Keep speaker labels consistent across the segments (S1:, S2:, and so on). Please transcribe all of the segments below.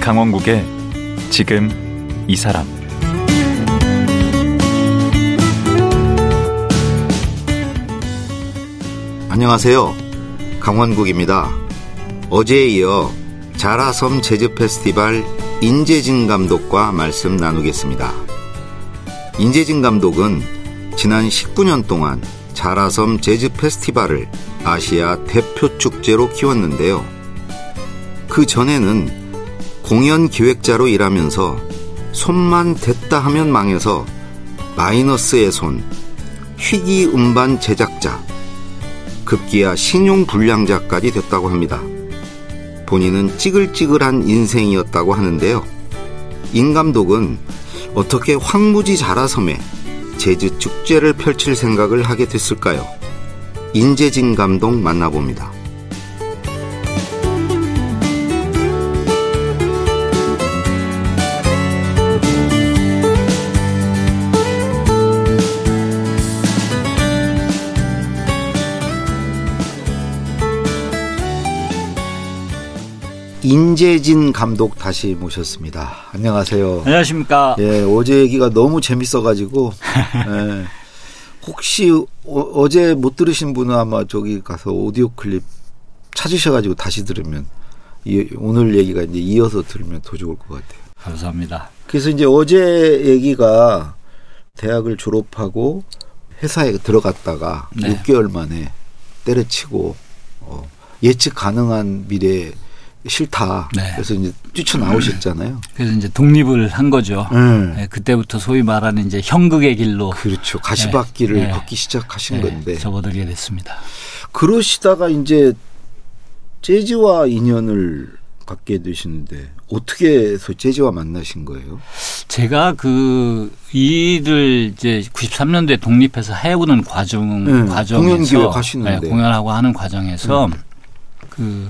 S1: 강원국의 지금 이 사람
S2: 안녕하세요. 강원국입니다. 어제에 이어 자라섬 재즈 페스티벌 인재진 감독과 말씀 나누겠습니다. 인재진 감독은 지난 19년 동안 자라섬 재즈 페스티벌을 아시아 대표 축제로 키웠는데요. 그 전에는 공연 기획자로 일하면서 손만 댔다 하면 망해서 마이너스의 손, 희귀 음반 제작자, 급기야 신용불량자까지 됐다고 합니다. 본인은 찌글찌글한 인생이었다고 하는데요. 임 감독은 어떻게 황무지 자라섬에 재즈 축제를 펼칠 생각을 하게 됐을까요? 인재진 감독 만나봅니다. 인재진 감독 다시 모셨습니다. 안녕하세요.
S3: 안녕하십니까.
S2: 예, 어제 얘기가 너무 재밌어가지고 예, 혹시 어, 제못 들으신 분은 아마 저기 가서 오디오 클립 찾으셔가지고 다시 들으면 이, 오늘 얘기가 이제 이어서 들으면 더 좋을 것 같아요.
S3: 감사합니다.
S2: 그래서 이제 어제 얘기가 대학을 졸업하고 회사에 들어갔다가
S3: 네.
S2: 6개월 만에 때려치고 어, 예측 가능한 미래 싫다.
S3: 네.
S2: 그래서 이제 뛰쳐나오셨잖아요.
S3: 그래서 이제 독립을 한 거죠.
S2: 음.
S3: 예, 그때부터 소위 말하는 이제 형극의 길로
S2: 그렇죠. 가시밭길을
S3: 네.
S2: 걷기 시작하신
S3: 예,
S2: 건데
S3: 접어들게 됐습니다.
S2: 그러시다가 이제 재즈와 인연을 갖게 되시는데 어떻게 해서 재즈와 만나신 거예요?
S3: 제가 그 일을 이제 93년도에 독립해서 해오는 과정
S2: 네, 공연
S3: 과정에서
S2: 기획 하시는데. 음.
S3: 네, 공연하고 하는 과정에서 그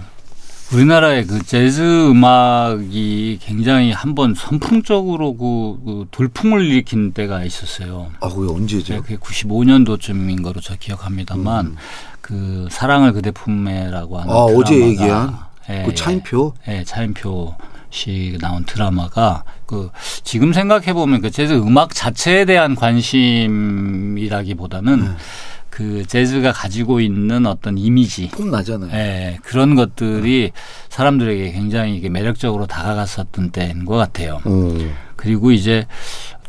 S3: 우리나라의 그 재즈 음악이 굉장히 한번 선풍적으로 그, 그 돌풍을 일으킨 때가 있었어요.
S2: 아, 그게
S3: 네,
S2: 언제죠? 음.
S3: 그게 95년도쯤인 거로 저 기억합니다만 그 사랑을 그대 품에라고 하는
S2: 아, 어제
S3: 드라마가-
S2: 얘기한
S3: 예,
S2: 그 차인표?
S3: 예, 예, 차인표 씨 나온 드라마가 그 지금 생각해 보면 그 재즈 음악 자체에 대한 관심이라기보다는 그 재즈가 가지고 있는 어떤 이미지
S2: 폼 나잖아요.
S3: 예, 그런 것들이 사람들에게 굉장히 이게 매력적으로 다가갔었던 때인 것 같아요.
S2: 어.
S3: 그리고 이제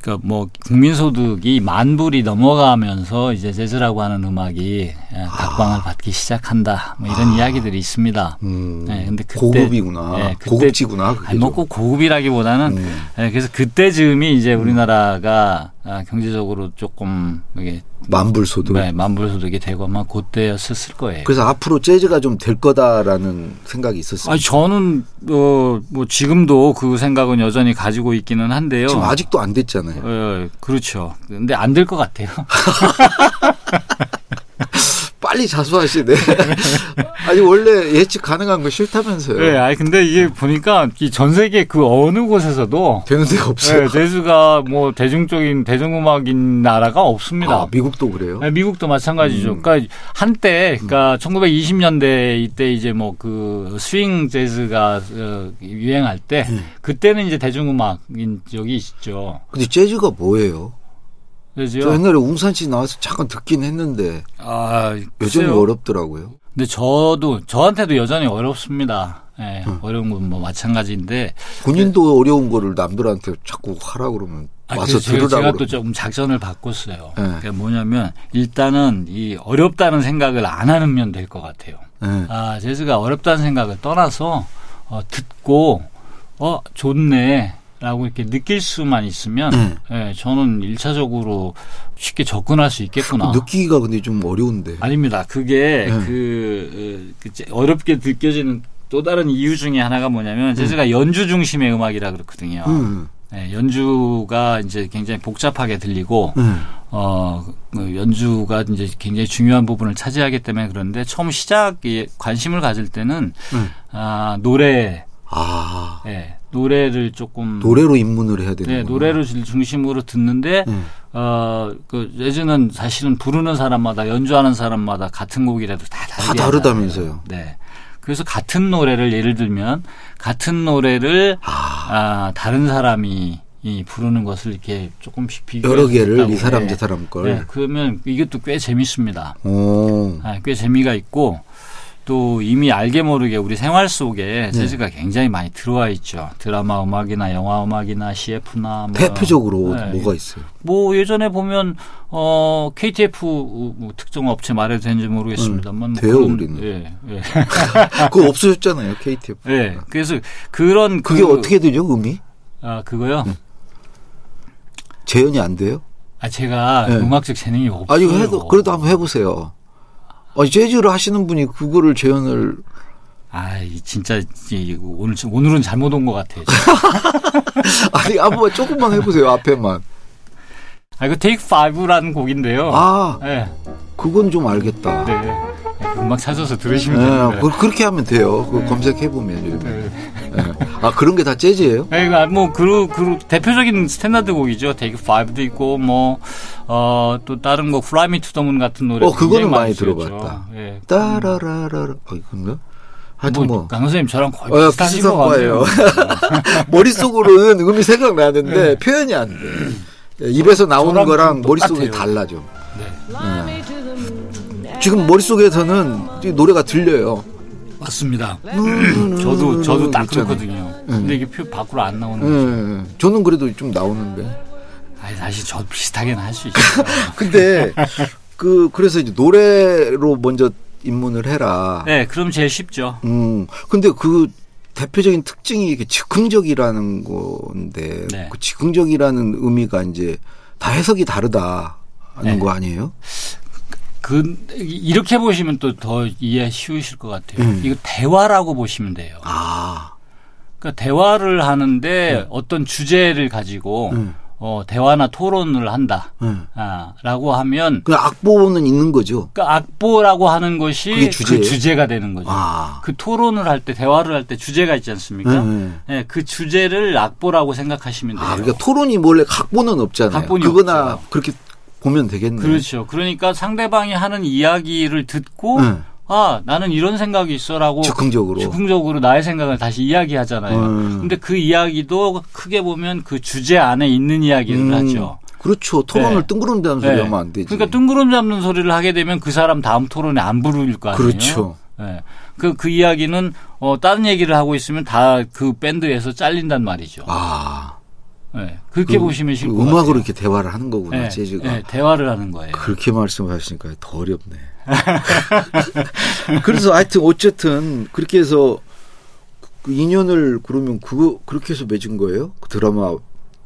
S3: 그러니까 뭐 국민소득이 만 불이 넘어가면서 이제 재즈라고 하는 음악이 예, 각광을 받기 시작한다 뭐 이런 이야기들이 있습니다.
S2: 음,
S3: 예, 근데 그때-
S2: 고급이구나.
S3: 예, 그때-
S2: 고급지구나. 그게
S3: 아니
S2: 좀.
S3: 뭐꼭 고급이라기보다는
S2: 음.
S3: 예, 그래서 그때 즈음이 이제 우리나라가 아, 경제적으로 조금 이게
S2: 만불소득.
S3: 네, 만불소득이 되고 아마 그때였을 거예요.
S2: 그래서 앞으로 재즈가 좀 될 거다라는 생각이 있었어요.
S3: 아니 저는 어, 뭐 지금도 그 생각은 여전히 가지고 있기는 한데요.
S2: 지금 아직도 안 됐잖아요.
S3: 예, 그렇죠. 근데 안 될 것 같아요.
S2: 빨리 자수하시네. 아니 원래 예측 가능한 거 싫다면서요.
S3: 네, 아니 근데 이게 보니까 이 전 세계 그 어느 곳에서도
S2: 되는 데가 없어요.
S3: 네, 재즈가 뭐 대중적인 대중음악인 나라가 없습니다.
S2: 아, 미국도 그래요?
S3: 네, 미국도 마찬가지죠.
S2: 음.
S3: 그러니까 한때 그러니까 1920년대 이때 이제 뭐 그 스윙 재즈가 어, 유행할 때
S2: 네.
S3: 그때는 이제 대중음악인 적이 있죠.
S2: 근데 재즈가 뭐예요? 저
S3: 그죠?
S2: 옛날에 웅산 씨 나와서 잠깐 듣긴 했는데
S3: 아,
S2: 요즘이 뭐
S3: 글쎄요.
S2: 어렵더라고요.
S3: 근데 저도 저한테도 여전히 어렵습니다.
S2: 네.
S3: 예, 어려운 건 뭐 마찬가지인데
S2: 본인도 어려운 거를 남들한테 자꾸 하라 그러면
S3: 네. 아,
S2: 와서
S3: 그래서 제가,
S2: 들으라고.
S3: 제가 또
S2: 그러면.
S3: 조금 작전을 바꿨어요.
S2: 네.
S3: 그러니까 뭐냐면 일단은 이 어렵다는 생각을 안 하면 될 것 같아요.
S2: 예.
S3: 아 재즈가 어렵다는 생각을 떠나서 어, 듣고 어 좋네라고 이렇게 느낄 수만 있으면
S2: 네.
S3: 예, 저는 일차적으로 쉽게 접근할 수 있겠구나.
S2: 어, 느끼기가 근데 좀 어려운데.
S3: 아. 아닙니다. 그게
S2: 네.
S3: 그, 어, 그 제- 어렵게 느껴지는 또 다른 이유 중에 하나가 뭐냐면 재즈가 연주 중심의 음악이라 그렇거든요.
S2: 음,
S3: 네, 연주가 이제 굉장히 복잡하게 들리고
S2: 음.
S3: 어, 그 연주가 이제 굉장히 중요한 부분을 차지하기 때문에 그런데 처음 시작에 관심을 가질 때는
S2: 음.
S3: 아, 노래
S2: 아
S3: 예, 노래를 조금
S2: 노래로 입문을 해야 되는
S3: 음. 네, 노래를 질- 중심으로 듣는데
S2: 음.
S3: 어, 그 예전은 사실은 부르는 사람마다 연주하는 사람마다 같은 곡이라도 다 다르게
S2: 다 다르다면서요.
S3: 하잖아요. 네. 그래서 같은 노래를 예를 들면 같은 노래를
S2: 아,
S3: 아, 다른 사람이 이 부르는 것을 이렇게 조금씩 비교
S2: 여러 개를
S3: 뭐,
S2: 이
S3: 네.
S2: 사람 저 사람 걸.
S3: 그러면 이것도 꽤 재밌습니다.
S2: 오.
S3: 아, 꽤 재미가 있고 또 이미 알게 모르게 우리 생활
S2: 네.
S3: 속에 재즈가 굉장히 많이 들어와 있죠. 드라마 음악이나 영화 음악이나 CF나 뭐
S2: 대표적으로
S3: 네.
S2: 뭐가 있어요?
S3: 뭐 예전에 보면 어 KTF 뭐 특정 업체 말해도 되는지 모르겠습니다만 뭐
S2: 돼요,
S3: 그런-
S2: 우리는.
S3: 예, 예.
S2: 그거 없어졌잖아요, KTF.
S3: 예. 그래서 그런
S2: 그게
S3: 그-
S2: 어떻게 네. 되죠, 음이?
S3: 아 그거요?
S2: 재현이 안 돼요?
S3: 아 제가
S2: 예.
S3: 음악적 재능이 없어요.
S2: 아니, 이거 해도, 그래도 한번 해보세요. 아니, 재즈를 하시는 분이 그거를 재현을.
S3: 아, 이 진짜 이 오늘 좀- 오늘은 잘못 온 것 같아요.
S2: 아니, 한번 조금만 해보세요, 앞에만.
S3: 아, 이거 Take Five라는 곡인데요.
S2: 아,
S3: 예.
S2: 그건 좀 알겠다.
S3: 네. 음악 찾아서 들으시면
S2: 예,
S3: 됩니다.
S2: 그- 그렇게 하면 돼요. 그거 검색해보면 요즘에. 예. 아, 그런 게 다 재즈예요?
S3: 네, 그러니까 뭐 그, 그 대표적인 스탠다드 곡이죠. Take Five도 있고 뭐, 뭐어또 다른 거 Fly Me to the Moon 같은 노래.
S2: 어, 그거는
S3: 굉장히
S2: 많이
S3: 쓰였죠.
S2: 들어봤다.
S3: 예.
S2: 따라라라라. 아, 그런가? 하여튼
S3: 뭐,
S2: 뭐.
S3: 강 선생님 저랑 거의
S2: 어,
S3: 비슷하신
S2: 비슷한
S3: 것 같아요.
S2: 머릿속으로는 음이 생각나는데 표현이 안 돼. 예, 입에서 나오는
S3: 네. 저랑
S2: 거랑
S3: 좀
S2: 머릿속이
S3: 똑같아요.
S2: 달라져.
S4: Fly me to the moon.
S2: 지금 머릿속에서는 이 노래가 들려요.
S3: 맞습니다. 음. 저도 저도 딱
S2: 음, 있잖아.
S3: 그렇거든요.
S2: 음.
S3: 근데 이게 표 밖으로 안 나오는 거죠.
S2: 예, 저는 그래도 좀 나오는데.
S3: 아니 사실 저 비슷하게는 할 수 있어요.
S2: 근데 그 그래서 이제 노래로 먼저 입문을 해라.
S3: 네, 그럼 제일 쉽죠.
S2: 음. 근데 그 대표적인 특징이 이게 즉흥적이라는 건데
S3: 네.
S2: 그 즉흥적이라는 의미가 이제 다 해석이 다르다는
S3: 네.
S2: 거 아니에요?
S3: 그 이렇게 보시면 또 더 이해 쉬우실 것 같아요.
S2: 음.
S3: 이거 대화라고 보시면 돼요.
S2: 아.
S3: 그러니까 대화를 하는데
S2: 네.
S3: 어떤 주제를 가지고
S2: 음.
S3: 어, 대화나 토론을 한다.
S2: 예.
S3: 아, 라고 하면
S2: 그 악보는 있는 거죠.
S3: 그러니까 악보라고 하는 것이
S2: 그게 주제예요?
S3: 그 주제가 되는 거죠.
S2: 아.
S3: 그 토론을 할 때 대화를 할 때 주제가 있지 않습니까?
S2: 예, 예.
S3: 예, 그 주제를 악보라고 생각하시면 돼요.
S2: 아, 그러니까 토론이 원래 각본은 없잖아요.
S3: 각본이
S2: 그거나
S3: 없죠.
S2: 그렇게 보면 되겠네.
S3: 그렇죠. 그러니까 상대방이 하는 이야기를 듣고
S2: 네.
S3: 아 나는 이런 생각이 있어라고
S2: 즉흥적으로.
S3: 뭐 즉흥적으로 나의 생각을 다시 이야기하잖아요.
S2: 음.
S3: 근데 그 이야기도 크게 보면 그 주제 안에 있는 이야기를
S2: 음,
S3: 하죠.
S2: 그렇죠. 토론을
S3: 네.
S2: 뜬구름대는 소리 하면 안 되지.
S3: 그러니까 뜬구름 잡는 소리를 하게 되면 그 사람 다음 토론에 안 부를 거 아니에요.
S2: 그렇죠.
S3: 예. 그, 그 이야기는 어, 다른 얘기를 하고 있으면 다 그 밴드에서 잘린단 말이죠.
S2: 아,
S3: 예. 그렇게 보시면
S2: 그
S3: 쉽고
S2: 음악으로 이렇게 대화를 하는 거구나,
S3: 예,
S2: 재즈가.
S3: 예, 대화를 하는 거예요.
S2: 그렇게 말씀하시니까 더 어렵네. 그래서 하여튼 어쨌든 그렇게 해서 그 인연을 그러면 그거 그렇게 해서 맺은 거예요? 그 드라마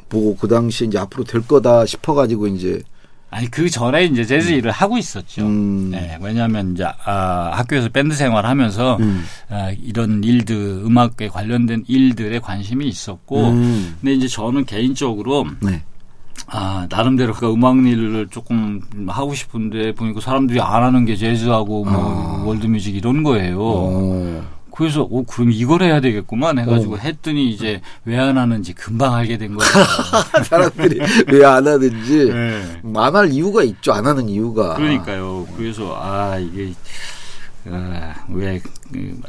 S2: 보고 그 당시에 이제 앞으로 될 거다 싶어가지고 이제
S3: 아니 그 전에 이제 재즈 일을 하고 있었죠.
S2: 음.
S3: 네, 왜냐하면 이제 아, 학교에서 밴드 생활하면서
S2: 음.
S3: 아, 이런 일들 음악에 관련된 일들에 관심이 있었고,
S2: 음.
S3: 근데 이제 저는 개인적으로
S2: 네.
S3: 아, 나름대로 그 음악 일을 조금 하고 싶은데 보니까 사람들이 안 하는 게 재즈하고 뭐 월드뮤직 이런 거예요.
S2: 아. 어.
S3: 그래서 오 그럼 이걸 해야 되겠구만 해가지고 했더니 이제 왜 안 하는지 금방 알게 된 거예요.
S2: 사람들이 왜 안 하는지
S3: 네.
S2: 안 할 이유가 있죠. 안 하는 이유가.
S3: 그러니까요. 그래서 아 이게 아, 왜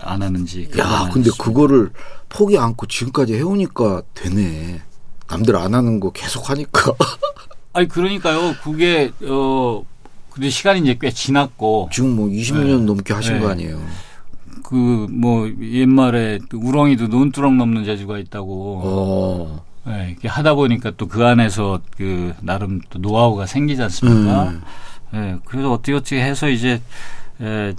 S3: 안 하는지.
S2: 야, 근데 그거를 포기 않고 지금까지 해오니까 되네. 남들 안 하는 거 계속 하니까
S3: 아니 그러니까요. 그게 어 근데 시간이 이제 꽤 지났고
S2: 지금 뭐 20년 넘게 하신
S3: 네.
S2: 거 아니에요.
S3: 그 뭐 옛말에 그 우렁이도 논두렁 넘는 재주가 있다고
S2: 어.
S3: 예, 이렇게 하다 보니까 또 그 안에서 그 나름 또 노하우가 생기지 않습니까?
S2: 음.
S3: 예, 그래서 어떻게 어떻게 해서 이제 예,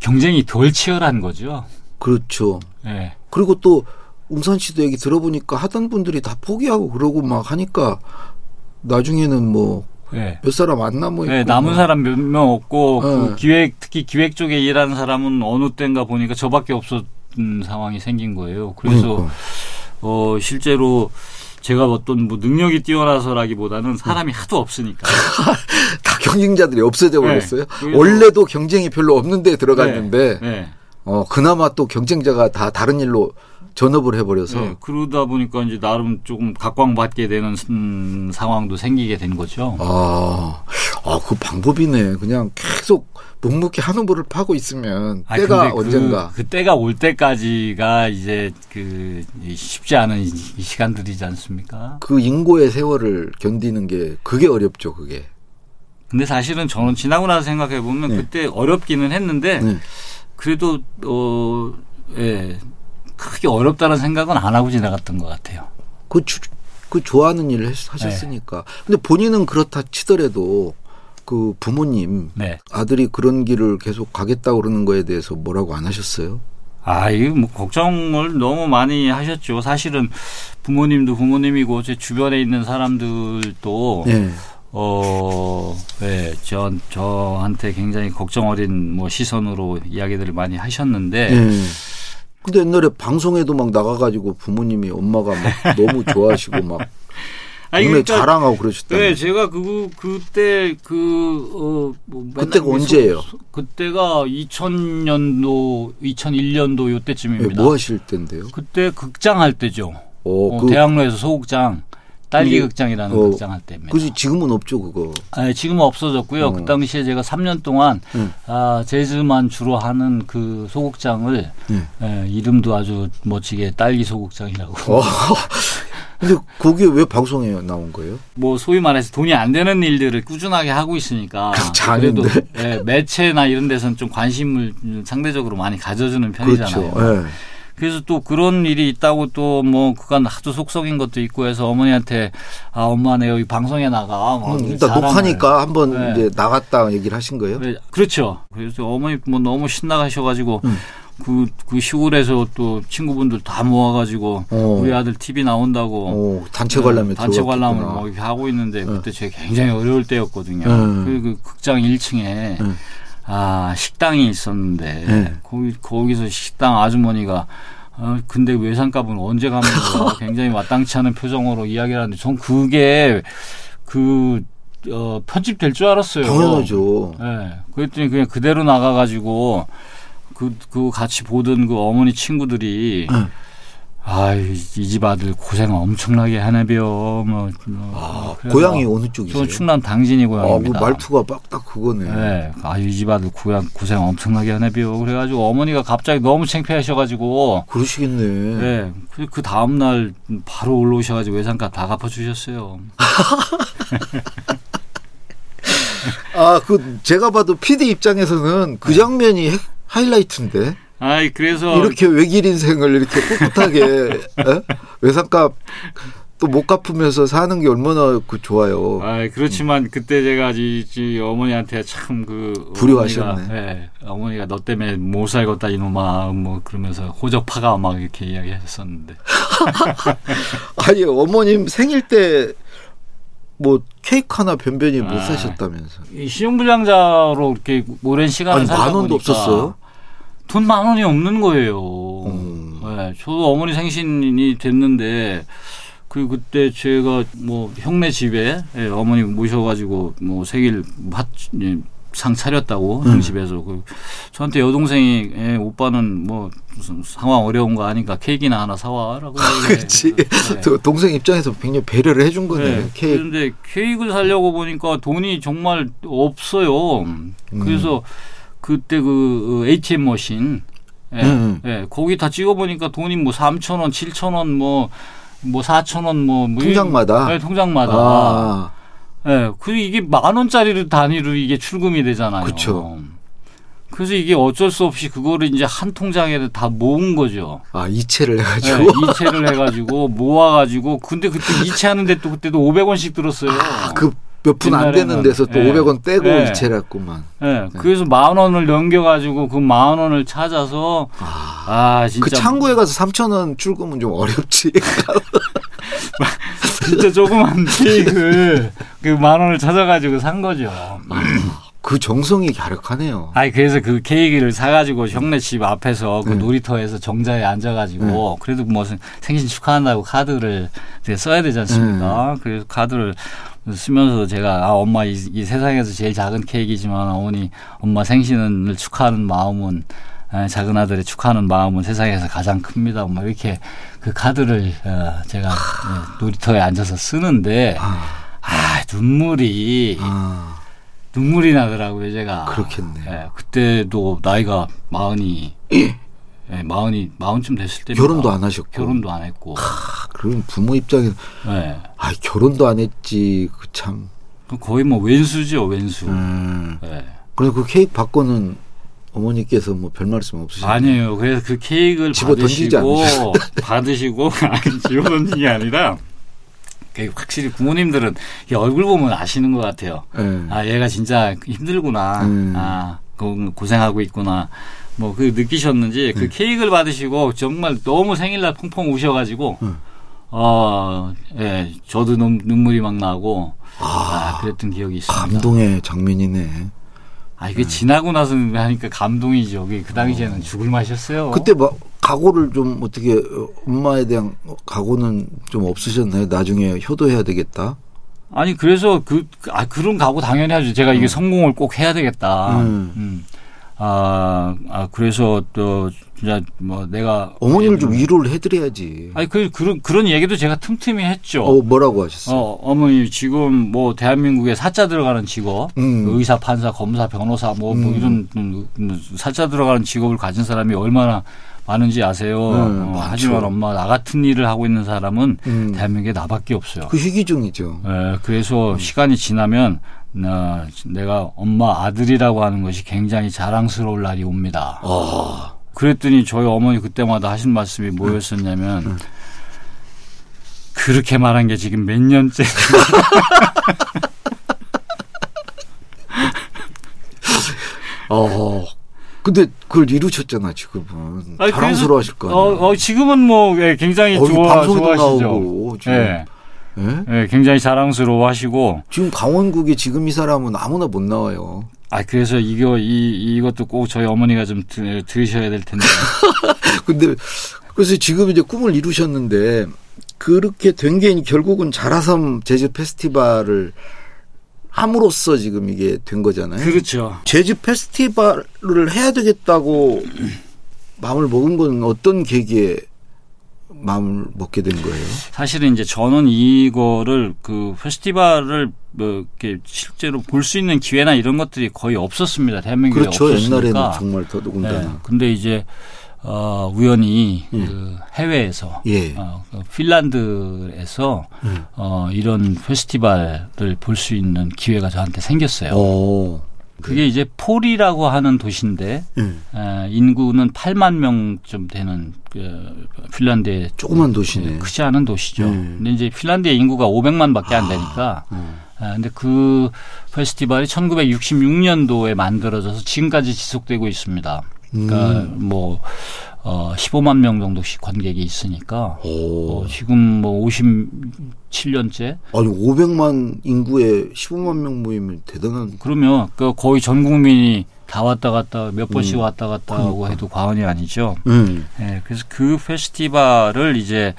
S3: 경쟁이 덜 치열한 거죠.
S2: 그렇죠.
S3: 예.
S2: 그리고 또 웅산 씨도 얘기 들어보니까 하던 분들이 다 포기하고 그러고 막 하니까 나중에는 뭐 몇
S3: 예.
S2: 사람 안 남아 있고
S3: 네, 남은 사람 몇 명 없고
S2: 예.
S3: 그 기획 특히 기획 쪽에 일하는 사람은 어느 때인가 보니까 저밖에 없었던 상황이 생긴 거예요. 그래서
S2: 그러니까.
S3: 어 실제로 제가 어떤 뭐 능력이 뛰어나서라기보다는 사람이 하도 없으니까
S2: 음. 다 경쟁자들이 없어져
S3: 네.
S2: 버렸어요.
S3: 그래서-
S2: 원래도 경쟁이 별로 없는데 들어갔는데
S3: 네, 네,
S2: 어 그나마 또 경쟁자가 다 다른 일로 전업을 해버려서
S3: 네, 그러다 보니까 이제
S2: 어,
S3: 나름 조금 각광받게 되는 음, 상황도 생기게 된 거죠.
S2: 아, 아, 그 방법이네. 그냥 계속 묵묵히 한 후보를 파고 있으면
S3: 아,
S2: 때가
S3: 근데
S2: 언젠가.
S3: 그, 그 때가 올 때까지가 이제 그이 쉽지 않은 이- 이 시간들이지 않습니까?
S2: 그 인고의 세월을 견디는 게 그게 어렵죠, 그게.
S3: 근데 사실은 저는 지나고 나서 생각해 보면
S2: 네.
S3: 그때 어렵기는 했는데
S2: 네.
S3: 그래도 어 예. 크게 어렵다는 생각은 안 하고 지나갔던 것 같아요.
S2: 그, 주, 그 좋아하는 일을 했- 하셨으니까.
S3: 네.
S2: 근데 본인은 그렇다 치더라도 그 부모님
S3: 네.
S2: 아들이 그런 길을 계속 가겠다 그러는 거에 대해서 뭐라고 안 하셨어요?
S3: 아, 이거 뭐 걱정을 너무 많이 하셨죠. 사실은 부모님도 부모님이고 제 주변에 있는 사람들도
S2: 네.
S3: 어, 네, 저, 저한테 굉장히 걱정 어린 뭐 시선으로 이야기들을 많이 하셨는데,
S2: 예. 근데 옛날에 방송에도 막 나가가지고 부모님이 엄마가 막 너무 좋아하시고 막
S3: 아니,
S2: 동네
S3: 그러니까-
S2: 자랑하고 그러셨다고.
S3: 네, 제가 그 그때 그 어, 뭐 맨날
S2: 그때가
S3: 그
S2: 언제예요?
S3: 소- 그때가 2000년도, 2001년도 요때쯤입니다.
S2: 뭐 하실 텐데요?
S3: 그때 극장 할 때죠.
S2: 어,
S3: 어,
S2: 그,
S3: 대학로에서 소극장, 딸기
S2: 근데,
S3: 극장이라는
S2: 어,
S3: 극장 할 때입니다.
S2: 그지 지금은 없죠 그거.
S3: 아, 지금은 없어졌고요.
S2: 어.
S3: 그 당시에 제가 3년 동안
S2: 음.
S3: 아, 재즈만 주로 하는 그 소극장을
S2: 음.
S3: 예, 이름도 아주 멋지게 딸기 소극장이라고
S2: 어. 근데 거기에 왜 방송에 나온 거예요?
S3: 뭐 소위 말해서 돈이 안 되는 일들을 꾸준하게 하고 있으니까
S2: 각자
S3: 그래도
S2: 아닌데.
S3: 예, 매체나 이런 데서는 좀 관심을 음, 상대적으로 많이 가져주는
S2: 그렇죠.
S3: 편이잖아요.
S2: 예.
S3: 그래서 또 그런 일이 있다고 또 뭐 그간 하도 속썩인 것도 있고 해서 어머니한테 아 엄마 내 여기 방송에 나가 뭐
S2: 음, 일단
S3: 사람을.
S2: 녹화니까 한번
S3: 네.
S2: 이제 나갔다 얘기를 하신 거예요?
S3: 네, 그렇죠. 그래서 어머니 뭐 너무 신나가셔가지고
S2: 음.
S3: 그, 그 시골에서 또 친구분들 다 모아가지고
S2: 어.
S3: 우리 아들 TV 나온다고 네,
S2: 어, 단체 관람에 네.
S3: 단체 관람을
S2: 들어갔구나.
S3: 뭐 이렇게 하고 있는데 그때 제가 굉장히 어려울 때였거든요.
S2: 음.
S3: 그, 그 극장 1층에
S2: 음.
S3: 아 식당이 있었는데
S2: 네.
S3: 거기 거기서 식당 아주머니가 아, 근데 외상값은 언제 가면 서 굉장히 마땅치 않은 표정으로 이야기를 하는데 전 그게 그 어, 편집될 줄 알았어요.
S2: 당연하죠.
S3: 예. 그랬더니 그냥 그대로 나가가지고 그, 그 같이 보던 그 어머니 친구들이
S2: 응.
S3: 아, 이 집 아들 고생 엄청나게 하네벼. 뭐, 뭐.
S2: 아,
S3: 그래서
S2: 고향이 어느 쪽이세요?
S3: 저는 충남 당진이
S2: 아, 그
S3: 고향입니다.
S2: 말투가 빡딱 그거네.
S3: 예. 아, 이 집 아들 고향 고생 엄청나게 하네벼. 그래가지고 어머니가 갑자기 너무 창피하셔가지고
S2: 그러시겠네.
S3: 예. 그, 그 다음날 바로 올라오셔가지고 외상값 다 갚아주셨어요.
S2: 아, 그 제가 봐도 PD 입장에서는
S3: 네.
S2: 그 장면이 해- 하이라이트인데
S3: 아이, 그래서
S2: 이렇게 외길 인생을 이렇게 꿋꿋하게 에? 외상값 또 못 갚으면서 사는 게 얼마나 그 좋아요.
S3: 아, 그렇지만 그때 제가 이, 이 어머니한테 참 그
S2: 불효하셨네.
S3: 어머니가, 예, 어머니가 너 때문에 못 살겠다 이놈아 뭐 그러면서 호접하가 막 이렇게 이야기했었는데.
S2: 아니 어머님 생일 때 뭐 케이크 하나 변변히 못
S3: 아.
S2: 사셨다면서.
S3: 이 신용불량자로 이렇게 오랜 시간을
S2: 아니
S3: 살다
S2: 만 원도
S3: 보니까
S2: 없었어요.
S3: 돈 만 원이 없는 거예요.
S2: 음.
S3: 예, 저도 어머니 생신이 됐는데 그 그때 제가 뭐 형네 집에 예, 어머니 모셔가지고 뭐 생일 핫, 예, 상
S2: 음.
S3: 차렸다고 형 집에서 그 저한테 여동생이 예, 오빠는 뭐 무슨 상황 어려운 거 아니까 케이크나 하나 사와라고
S2: 그렇지.
S3: 네.
S2: 또 동생 입장에서 굉장히 배려를 해준 거네. 케이크.
S3: 그런데 케이크를 사려고 보니까 돈이 정말 없어요.
S2: 음.
S3: 그래서 그때 그 어, ATM 머신, 예,
S2: 음.
S3: 예, 거기 다 찍어 보니까 돈이 뭐 3천 원, 7천 원, 뭐뭐 4천 원, 뭐 뭐 이-
S2: 통장마다?
S3: 예, 통장마다.
S2: 아,
S3: 예, 그 이게 만 원짜리를 단위로 이게 출금이 되잖아요.
S2: 그쵸.
S3: 그래서 이게 어쩔 수 없이 그거를 이제 한 통장에 다 모은 거죠.
S2: 아 이체를 해가지고.
S3: 네, 이체를 해가지고 모아가지고 근데 그때 이체하는데 또 그때도 500원씩 들었어요.
S2: 그 몇 푼 안
S3: 옛날에는-
S2: 되는 데서 또
S3: 예.
S2: 500원 떼고
S3: 예.
S2: 이체를 했구만.
S3: 예, 그래서 만 원을 넘겨가지고 그 만 원을 찾아서 아, 진짜
S2: 그 창구에 가서 3천 원 출금은 좀 어렵지.
S3: 진짜 조그만 케이크를 그만 원을 찾아가지고 산 거죠.
S2: 그 정성이 갸륵하네요.
S3: 아니 그래서 그 케이크를 사가지고 형네 네. 집 앞에서 그 놀이터에서 정자에 앉아가지고 그래도 뭐 무슨 생신 축하한다고 카드를 이제 써야 되지 않습니까? 그래서 카드를 쓰면서 제가 아 엄마 이, 이 세상에서 제일 작은 케이크이지만 어머니 엄마 생신을 축하하는 마음은 아, 작은 아들의 축하하는 마음은 세상에서 가장 큽니다. 뭐 이렇게 그 카드를 어, 제가 예, 놀이터에 앉아서 쓰는데 아 눈물이
S2: 아,
S3: 아, 눈물이 나더라고요, 제가.
S2: 그렇겠네.
S3: 예, 그때도 나이가 마흔이, 예, 마흔이, 마흔쯤 됐을 때.
S2: 결혼도 안 하셨고.
S3: 네. 결혼도 안 했고.
S2: 아, 그럼 부모 입장에서
S3: 예.
S2: 아 결혼도 안 했지 그 참.
S3: 그 거의 뭐 왼수죠, 왼수.
S2: 음.
S3: 예.
S2: 그래서 그 케이크 받고는 어머니께서 뭐 별 말씀 없으시나요?
S3: 아니에요. 그래서 그 케이크를
S2: 집어 던지지
S3: 받으시고 받으시고 아니, 집어 던지는 게 아니라 그 확실히 부모님들은 이 얼굴 보면 아시는 것 같아요.
S2: 예.
S3: 아 얘가 진짜 힘들구나.
S2: 음.
S3: 아 고- 고생하고 있구나. 뭐 그 느끼셨는지
S2: 네.
S3: 그 케이크를 받으시고 정말 너무 생일날 펑펑 우셔가지고
S2: 음.
S3: 어, 예, 저도 눈, 물이막 나고 아, 그랬던 기억이 있습니다.
S2: 감동의 장면이네.
S3: 아 이게 지나고 나서 하니까 감동이죠. 그게 그 당시에는 죽을 맛이었어요.
S2: 그때 막 각오를 좀 어떻게 어, 엄마에 대한 각오는 좀 없으셨나요? 나중에 효도해야 되겠다.
S3: 아니 그래서 그 아 그런 각오 당연히 하죠. 제가 이게 성공을 꼭 해야 되겠다.
S2: 음.
S3: 음. 아, 아 그래서 또 진짜 뭐 내가
S2: 어머니를 좀 위로를 해드려야지.
S3: 아니 그 그런 그런 얘기도 제가 틈틈이 했죠.
S2: 어 뭐라고 하셨어요?
S3: 어, 어머니 지금 뭐 대한민국에 사자 들어가는 직업,
S2: 음.
S3: 의사, 판사, 검사, 변호사 뭐, 뭐 이런 음, 음, 사자 들어가는 직업을 가진 사람이 얼마나 많은지 아세요?
S2: 음,
S3: 어,
S2: 많죠.
S3: 하지만 엄마 나 같은 일을 하고 있는 사람은
S2: 음.
S3: 대한민국에 나밖에 없어요.
S2: 그 음. 희귀증이죠.
S3: 예, 그래서 시간이 지나면 나, 내가 엄마 아들이라고 하는 것이 굉장히 자랑스러울 날이 옵니다.
S2: 아,
S3: 그랬더니 저희 어머니 그때마다 하신 말씀이 뭐였었냐면
S2: 음.
S3: 그렇게 말한 게 지금 몇 년째
S2: 어. 근데 그걸 이루셨잖아 지금은.
S3: 아니,
S2: 자랑스러워하실 거
S3: 그래서-
S2: 아니에요.
S3: 어, 어, 지금은 뭐 예, 굉장히
S2: 어, 이거
S3: 좋아
S2: 방송에도
S3: 좋아하시죠.
S2: 나오고, 지금.
S3: 예,
S2: 예?
S3: 예, 굉장히 자랑스러워하시고
S2: 지금 강원국에 지금 이 사람은 아무나 못 나와요.
S3: 아 그래서 이거 이 이것도 꼭 저희 어머니가 좀 들, 들으셔야 될 텐데.
S2: 근데 그래서 지금 이제 꿈을 이루셨는데 그렇게 된 게 결국은 자라섬 재즈 페스티벌을 함으로써 지금 이게 된 거잖아요.
S3: 그렇죠.
S2: 재즈 페스티벌을 해야 되겠다고 마음을 먹은 건 어떤 계기에 마음을 먹게 된 거예요?
S3: 사실은 이제 저는 이거를 그 페스티벌을 뭐 이렇게 실제로 볼 수 있는 기회나 이런 것들이 거의 없었습니다. 대한민국에
S2: 그렇죠.
S3: 없었으니까.
S2: 옛날에는 정말
S3: 네.
S2: 더더군다나.
S3: 근데 이제 어 우연히 그 해외에서
S2: 예.
S3: 어, 그 핀란드에서 어 이런 페스티벌을 볼 수 있는 기회가 저한테 생겼어요.
S2: 어.
S3: 그게 이제 폴이라고 하는 도시인데
S2: 예.
S3: 어, 인구는 8만 명쯤 되는 그 핀란드의
S2: 조그만 도시네.
S3: 크지 않은 도시죠.
S2: 음.
S3: 근데 이제 핀란드의 인구가 500만밖에 안 되니까. 아, 근데 그 페스티벌이 1966년도에 만들어져서 지금까지 지속되고 있습니다. 그러니까 뭐 어, 15만 명 정도씩 관객이 있으니까
S2: 오.
S3: 어, 지금 뭐 57년째
S2: 아니 500만 인구에 15만 명 모이면 대단한
S3: 그러면 그 거의 전 국민이 다 왔다 갔다 몇 번씩 왔다 갔다 하고 해도 과언이 아니죠.
S2: 음.
S3: 예, 그래서 그 페스티벌을 이제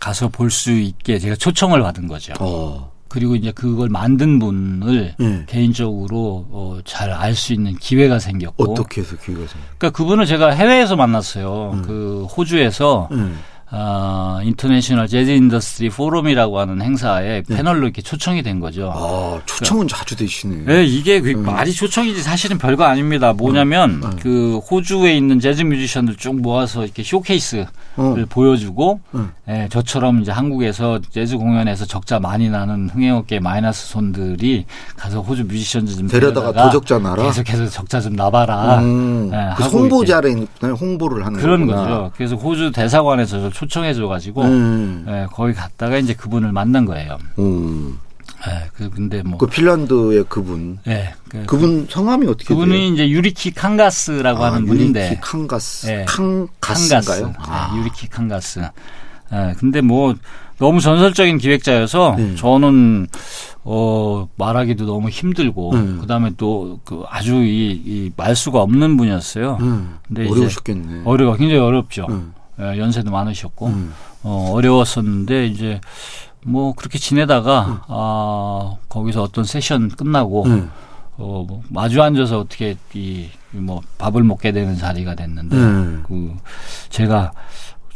S3: 가서 볼 수 있게 제가 초청을 받은 거죠.
S2: 어.
S3: 그리고 이제 그걸 만든 분을
S2: 예.
S3: 개인적으로 어, 잘 알 수 있는 기회가 생겼고.
S2: 어떻게 해서 기회가 생
S3: 그러니까 그분을 제가 해외에서 만났어요. 그 호주에서
S2: 음.
S3: 아, 인터내셔널 재즈 인더스트리 포럼이라고 하는 행사에
S2: 네.
S3: 패널로 이렇게 초청이 된 거죠.
S2: 아, 초청은 자주 되시네.
S3: 네, 이게
S2: 음.
S3: 그 말이 초청이지 사실은 별거 아닙니다. 뭐냐면 그 호주에 있는 재즈 뮤지션들 쭉 모아서 이렇게 쇼케이스를
S2: 어.
S3: 보여주고
S2: 음.
S3: 예, 저처럼 이제 한국에서 재즈 공연에서 적자 많이 나는 흥행업계 마이너스 손들이 가서 호주 뮤지션들 좀
S2: 데려다가 더 적자 나라?
S3: 계속해서 적자 좀 나봐라.
S2: 음,
S3: 예,
S2: 그
S3: 하고
S2: 홍보자를 네, 홍보를 하는
S3: 이제 그런
S2: 거구나.
S3: 거죠. 그래서 호주 대사관에서 저를 초청해줘가지고
S2: 음.
S3: 예, 거기 갔다가 이제 그분을 만난 거예요.
S2: 음.
S3: 예, 그 근데 뭐
S2: 그 핀란드의 그분.
S3: 예, 그-
S2: 그분 성함이 어떻게 돼요?
S3: 그분이 이제 유리키 칸가스라고
S2: 아,
S3: 하는
S2: 유리키
S3: 분인데
S2: 칸가스.
S3: 예.
S2: 칸가스인가요?
S3: 네,
S2: 아.
S3: 유리키 칸가스. 예, 근데 뭐 너무 전설적인 기획자여서
S2: 네.
S3: 저는 어 말하기도 너무 힘들고
S2: 음.
S3: 그다음에 또 그 아주 이, 이 말수가 없는 분이었어요.
S2: 음.
S3: 예. 근데 이제
S2: 어려우셨겠네.
S3: 어려워 굉장히 어렵죠.
S2: 음.
S3: 예, 연세도 많으셨고
S2: 음.
S3: 어, 어려웠었는데 이제 뭐 그렇게 지내다가
S2: 네.
S3: 아 거기서 어떤 세션 끝나고
S2: 음.
S3: 어, 뭐 마주 앉아서 어떻게
S2: 네. 예.
S3: 이 뭐 밥을 먹게 되는 자리가 됐는데
S2: 음.
S3: 그 제가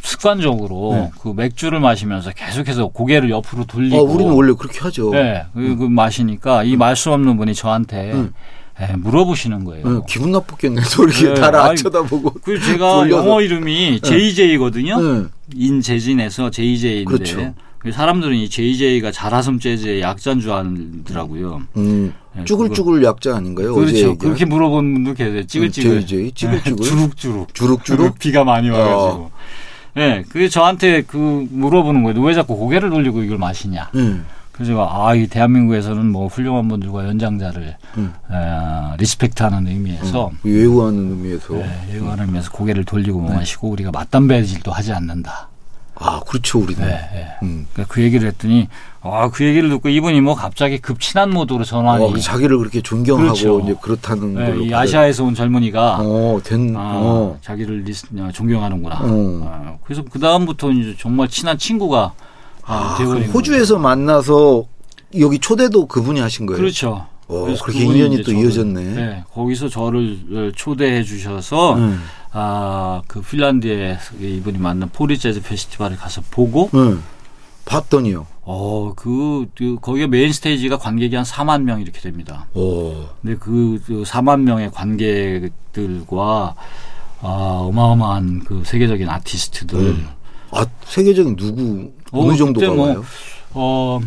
S3: 습관적으로
S2: 네.
S3: 그 맥주를 마시면서 계속해서 고개를 옆으로 돌리고
S2: 어, 우리는 원래 그렇게 하죠.
S3: 네, 그, 그 마시니까 이 말 수 없는 분이 저한테
S2: 음.
S3: 예, 물어보시는 거예요.
S2: 응, 기분 나쁘겠네. 저렇게
S3: 네,
S2: 나를 안
S3: 아이,
S2: 쳐다보고.
S3: 그 제가
S2: 돌려서. 네.
S3: 영어 이름이 JJ거든요.
S2: 응.
S3: 인재진에서 JJ인데
S2: 그렇죠.
S3: 사람들은 이 JJ가 자라섬 재즈의 약자인 줄 알더라고요.
S2: 음,
S3: 네,
S2: 쭈글쭈글 약자 아닌가요? 어제
S3: 그렇죠.
S2: 얘기한?
S3: 그렇게 물어본 분도 계세요. 찌글찌글. 네,
S2: 음, JJ, 찌글찌글.
S3: 주룩주룩.
S2: 주룩주룩.
S3: 비가 많이
S2: 어.
S3: 와가지고. 예, 그게 저한테 그 물어보는 거예요. 왜 자꾸 고개를 돌리고 이걸 마시냐.
S2: 음,
S3: 그래서 제가 아, 이 대한민국에서는 뭐 훌륭한 분들과 연장자를
S2: 음.
S3: 에, 리스펙트하는 의미에서
S2: 외우하는 의미에서.
S3: 예, 예관을 위해서 고개를 돌리고 뭐
S2: 네.
S3: 마시고 우리가 맞담배질도 하지 않는다.
S2: 아, 그렇죠, 우리는.
S3: 예, 예.
S2: 음.
S3: 그러니까 그 얘기를 했더니 아, 그 얘기를 듣고 이분이 뭐 갑자기 급친한 모드로 전환이
S2: 어, 자기를 그렇게 존경하고
S3: 그렇죠.
S2: 이제 그렇다는
S3: 예,
S2: 걸로.
S3: 이
S2: 그래.
S3: 아시아에서 온 젊은이가
S2: 어, 된,
S3: 아,
S2: 어.
S3: 자기를 리스, 어, 존경하는구나.
S2: 음.
S3: 아, 그래서 그 다음부터 이제 정말 친한 친구가
S2: 아,
S3: 되어버린
S2: 그럼 호주에서 만나서 여기 초대도 그분이 하신 거예요.
S3: 거죠. 그렇죠.
S2: 어,
S3: 그래서
S2: 그렇게
S3: 그분이
S2: 인연이
S3: 이제
S2: 또
S3: 저를,
S2: 이어졌네.
S3: 네, 거기서 저를 어, 초대해 주셔서
S2: 음.
S3: 아, 그 핀란드에 이분이 만든 포리 재즈 페스티벌에 가서 보고
S2: 응. 네. 봤더니요.
S3: 어, 그, 그 거기가 메인 스테이지가 관객이 한 4만 명 이렇게 됩니다.
S2: 오.
S3: 근데 그, 그 4만 명의 관객들과 아, 어마어마한 그 세계적인 아티스트들
S2: 아, 세계적인 누구,
S3: 어,
S2: 어느
S3: 그때
S2: 정도가
S3: 뭐-
S2: 와요?
S3: 어,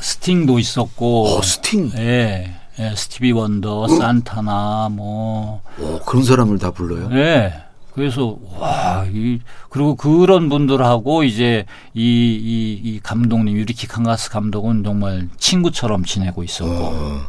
S3: 스팅도 있었고,
S2: 어, 스팅.
S3: 예, 예, 스티비 원더, 산타나, 뭐,
S2: 오, 어, 그런 사람을 다 불러요?
S3: 예. 그래서 와, 이 그리고 그런 분들하고 이제 이 이 이 감독님 유리키 칸가스 감독은 정말 친구처럼 지내고 있었고,
S2: 어,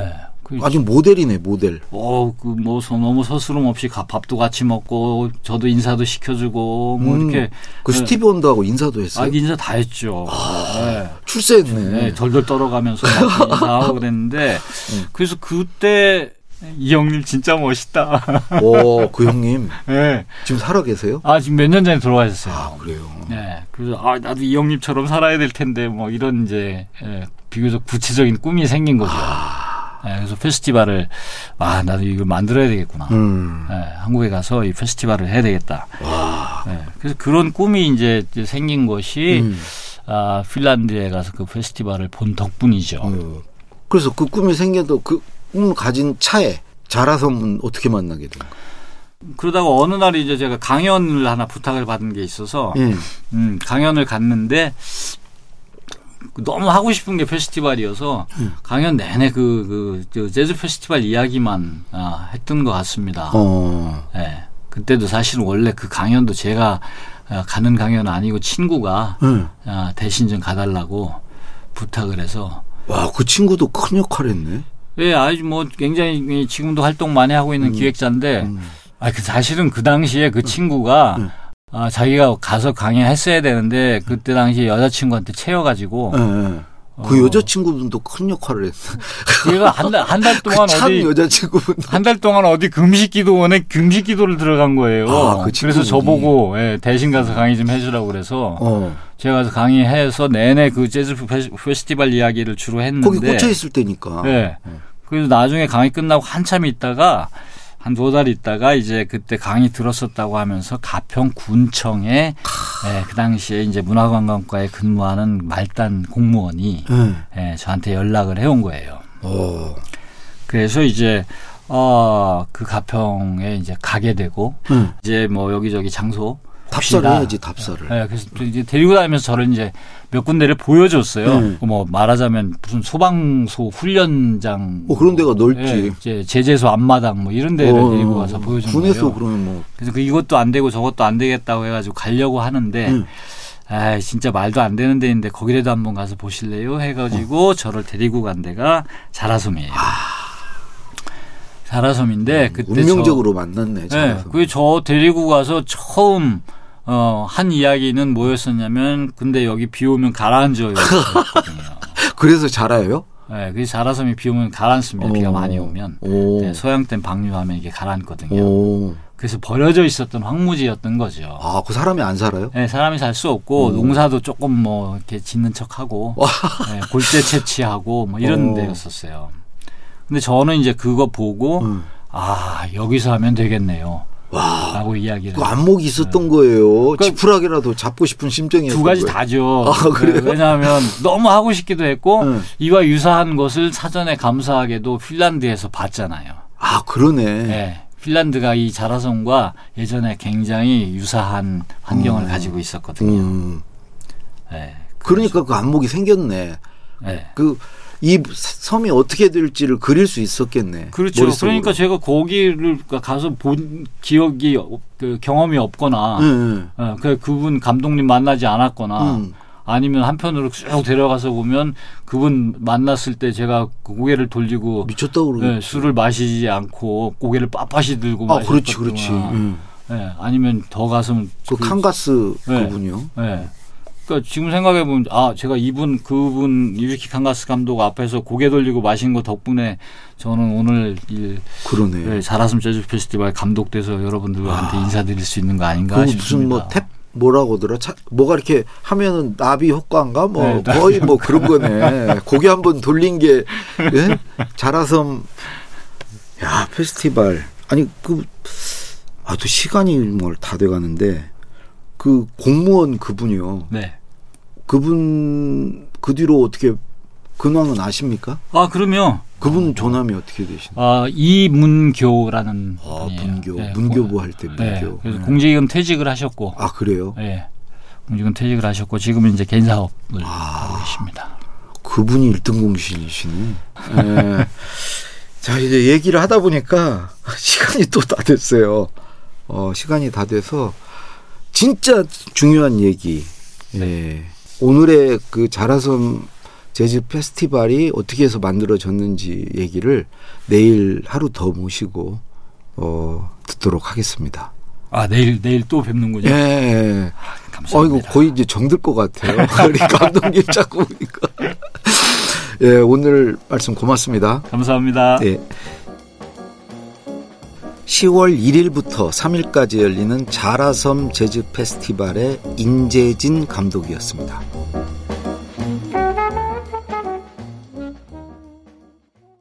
S3: 예. 그,
S2: 아주 모델이네, 모델.
S3: 어, 그, 뭐, 서- 너무 서스름 없이 가- 밥도 같이 먹고, 저도 인사도 시켜주고, 뭐,
S2: 음,
S3: 이렇게.
S2: 그
S3: 예.
S2: 스티브 원더하고 인사도
S3: 아,
S2: 했어요.
S3: 인사 다 했죠.
S2: 아.
S3: 예.
S2: 출세했네.
S3: 네, 덜덜 떨어가면서 막 인사하고 그랬는데
S2: 음.
S3: 그래서 그때 이 형님 진짜 멋있다.
S2: 오, 그 형님.
S3: 네.
S2: 지금 살아 계세요?
S3: 아 지금 몇 년 전에 돌아가셨어요.
S2: 아, 그래요.
S3: 네. 그래서 아 나도 이 형님처럼 살아야 될 텐데 뭐 이런 이제 예, 비교적 구체적인 꿈이 생긴 거죠.
S2: 아.
S3: 예, 그래서 페스티벌을 아 나도 이걸 만들어야 되겠구나.
S2: 음.
S3: 예, 한국에 가서 이 페스티벌을 해야 되겠다. 예, 그래서 그런 꿈이 이제 이제 생긴 것이
S2: 음.
S3: 아, 핀란드에 가서 그 페스티벌을 본 덕분이죠.
S2: 어. 그래서 그 꿈이 생겨도 그 꿈을 가진 차에 자라섬은 어떻게 만나게 된 거예요?
S3: 그러다가 어느 날 이제 제가 강연을 하나 부탁을 받은 게 있어서
S2: 예.
S3: 음, 강연을 갔는데 너무 하고 싶은 게 페스티벌이어서
S2: 예.
S3: 강연 내내 그, 그, 저 재즈 페스티벌 이야기만 아, 했던 것 같습니다.
S2: 어.
S3: 예. 그때도 사실 원래 그 강연도 제가 아, 가는 강연은 아니고 친구가
S2: 응.
S3: 아, 대신 좀 가달라고 부탁을 해서
S2: 와, 그 친구도 큰 역할 했네.
S3: 예, 아주 뭐 굉장히 지금도 활동 많이 하고 있는 기획자인데, 아, 그 사실은 그 당시에 그 친구가
S2: 음. 음.
S3: 아, 자기가 가서 강의했어야 되는데 그때 당시에 여자친구한테 채여가지고
S2: 예, 예.
S3: 어.
S2: 그 여자친구분도 큰 역할을 했어.
S3: 얘가 한달한 달 동안
S2: 그참
S3: 어디
S2: 여자친구분.
S3: 한 달 동안 어디 금식기도원에 금식기도를 들어간 거예요.
S2: 아, 그
S3: 그래서
S2: 친구분이.
S3: 저보고 예, 대신 가서 강의 좀 해주라고 그래서
S2: 어.
S3: 제가 가서 강의해서 내내 그 재즈 페스- 페스티벌 이야기를 주로 했는데
S2: 거기 꽂혀 있을 때니까.
S3: 네. 그래서 나중에 강의 끝나고 한참 있다가 한 두 달 있다가 이제 그때 강의 들었었다고 하면서 가평 군청에 예, 그 당시에 이제 문화관광과에 근무하는 말단 공무원이
S2: 예.
S3: 예, 저한테 연락을 해온 거예요.
S2: 어.
S3: 그래서 이제 어, 그 가평에 이제 가게 되고
S2: 응.
S3: 이제 뭐 여기저기 장소
S2: 답사를
S3: 봅시다.
S2: 해야지 답사를.
S3: 예, 그래서 또 이제 데리고 다니면서 저를 이제 몇 군데를 보여줬어요.
S2: 음.
S3: 뭐 말하자면 무슨 소방소 훈련장,
S2: 어, 그런 데가 넓지.
S3: 예, 이제 제재소 앞마당 뭐 이런 데를
S2: 어,
S3: 데리고 가서 보여준
S2: 군에서
S3: 거예요.
S2: 그러면 뭐
S3: 그래서 그 이것도 안 되고 저것도 안 되겠다고 해가지고 가려고 하는데,
S2: 음.
S3: 아 진짜 말도 안 되는 데인데 거기라도 한번 가서 보실래요?
S2: 어.
S3: 해가지고 저를 데리고 간 데가 자라섬이에요. 자라섬인데 그때 저-
S2: 아. 음, 운명적으로 만났네.
S3: 네,
S2: 자라섬.
S3: 그게 저 데리고 가서 처음 어, 한 이야기는 뭐였었냐면 근데 여기 비 오면 가라앉아요.
S2: 그래서 자라요?
S3: 네, 그래서 자라섬이 비 오면 가라앉습니다. 네, 비가
S2: 어.
S3: 많이 오면
S2: 오.
S3: 네, 소양댐 방류하면 이게 가라앉거든요.
S2: 오.
S3: 그래서 버려져 있었던 황무지였던 거죠.
S2: 아, 그 사람이 안 살아요?
S3: 네, 사람이 살 수 없고 농사도 조금 뭐 이렇게 짓는 척하고 네, 골재 채취하고 뭐 이런
S2: 어.
S3: 데였었어요. 근데 저는 이제 그거 보고
S2: 음.
S3: 아 여기서 하면 되겠네요.
S2: 와,
S3: 라고 이야기를.
S2: 그 안목이 있었던 거예요.
S3: 그-
S2: 지푸라기라도 잡고 싶은 심정이었어요.
S3: 두 가지 다죠.
S2: 아, 그래요? 음.
S3: 네, 왜냐하면 너무 하고 싶기도 했고
S2: 응.
S3: 이와 유사한 것을 사전에 감사하게도 핀란드에서 봤잖아요.
S2: 아, 그러네.
S3: 네. 핀란드가 이 자라섬과 예전에 굉장히 유사한 환경을 가지고 있었거든요.
S2: 음.
S3: 네.
S2: 그러니까 그 안목이 생겼네.
S3: 네.
S2: 그 이 섬이 어떻게 될지를 그릴 수 있었겠네.
S3: 그렇죠.
S2: 머릿속으로.
S3: 그러니까 제가 거기를 가서 본 기억이 없- 그 경험이
S2: 예,
S3: 없거나
S2: 응,
S3: 어, 그 그분 감독님 만나지 않았거나
S2: 응.
S3: 아니면 한편으로 쭉 데려가서 보면 그분 만났을 때 제가 그 고개를 돌리고
S2: 미쳤다고 그러고.
S3: 예, 술을 마시지 않고 고개를 빳빳이 들고
S2: 아,
S3: 마셨거나.
S2: 그렇지, 그렇지. 응.
S3: 예, 아니면 더 가서
S2: 그 칸가스
S3: 네.
S2: 그분이요.
S3: 예. 그러니까 지금 생각해 보면 아 제가 이분 그분 유키키 칸가스 감독 앞에서 고개 돌리고 마신 거 덕분에 저는 오늘 이
S2: 그러네.
S3: 예, 자라섬 재즈 페스티벌 감독 돼서 여러분들한테 인사드릴 수 있는 거 아닌가
S2: 아. 그 무슨
S3: 싶습니다.
S2: 뭐 탭 뭐라고 하더라? 차, 뭐가 이렇게 하면은 나비 효과인가? 뭐
S3: 네, 나비
S2: 거의 뭐 그런 거네. 고개 한번 돌린 게 예? 자라섬 야 페스티벌 아니 그아또 시간이 뭘 다 돼가는데 그 공무원 그분이요.
S3: 네.
S2: 그분 그 뒤로 어떻게 근황은 아십니까?
S3: 아 그러면
S2: 그분 존함이 어떻게 되시나?
S3: 아 이문교라는
S2: 아
S3: 분이에요.
S2: 문교
S3: 네,
S2: 문교부 할 때
S3: 네.
S2: 문교.
S3: 그래서
S2: 네.
S3: 공직은 퇴직을 하셨고
S2: 아 그래요?
S3: 예. 공직은 퇴직을 하셨고 지금은 이제 개인 사업을
S2: 아.
S3: 하고 계십니다.
S2: 그분이 1등 공신이시네. 예. 자, 이제 얘기를 하다 보니까 시간이 또 다 됐어요. 어, 시간이 다 돼서 진짜 중요한 얘기. 예. 오늘의 그 자라섬 재즈 페스티벌이 어떻게 해서 만들어졌는지 얘기를 내일 하루 더 모시고 어, 듣도록 하겠습니다.
S3: 아 내일 내일 또 뵙는군요.
S2: 예.
S3: 감사합니다.
S2: 아이고 거의 이제 정들 것 같아요. 우리 감독님 자꾸 보니까. 예, 오늘 말씀 고맙습니다.
S3: 감사합니다.
S2: 예. 10월 1일부터 3일까지 열리는 자라섬 재즈 페스티벌의 인재진 감독이었습니다.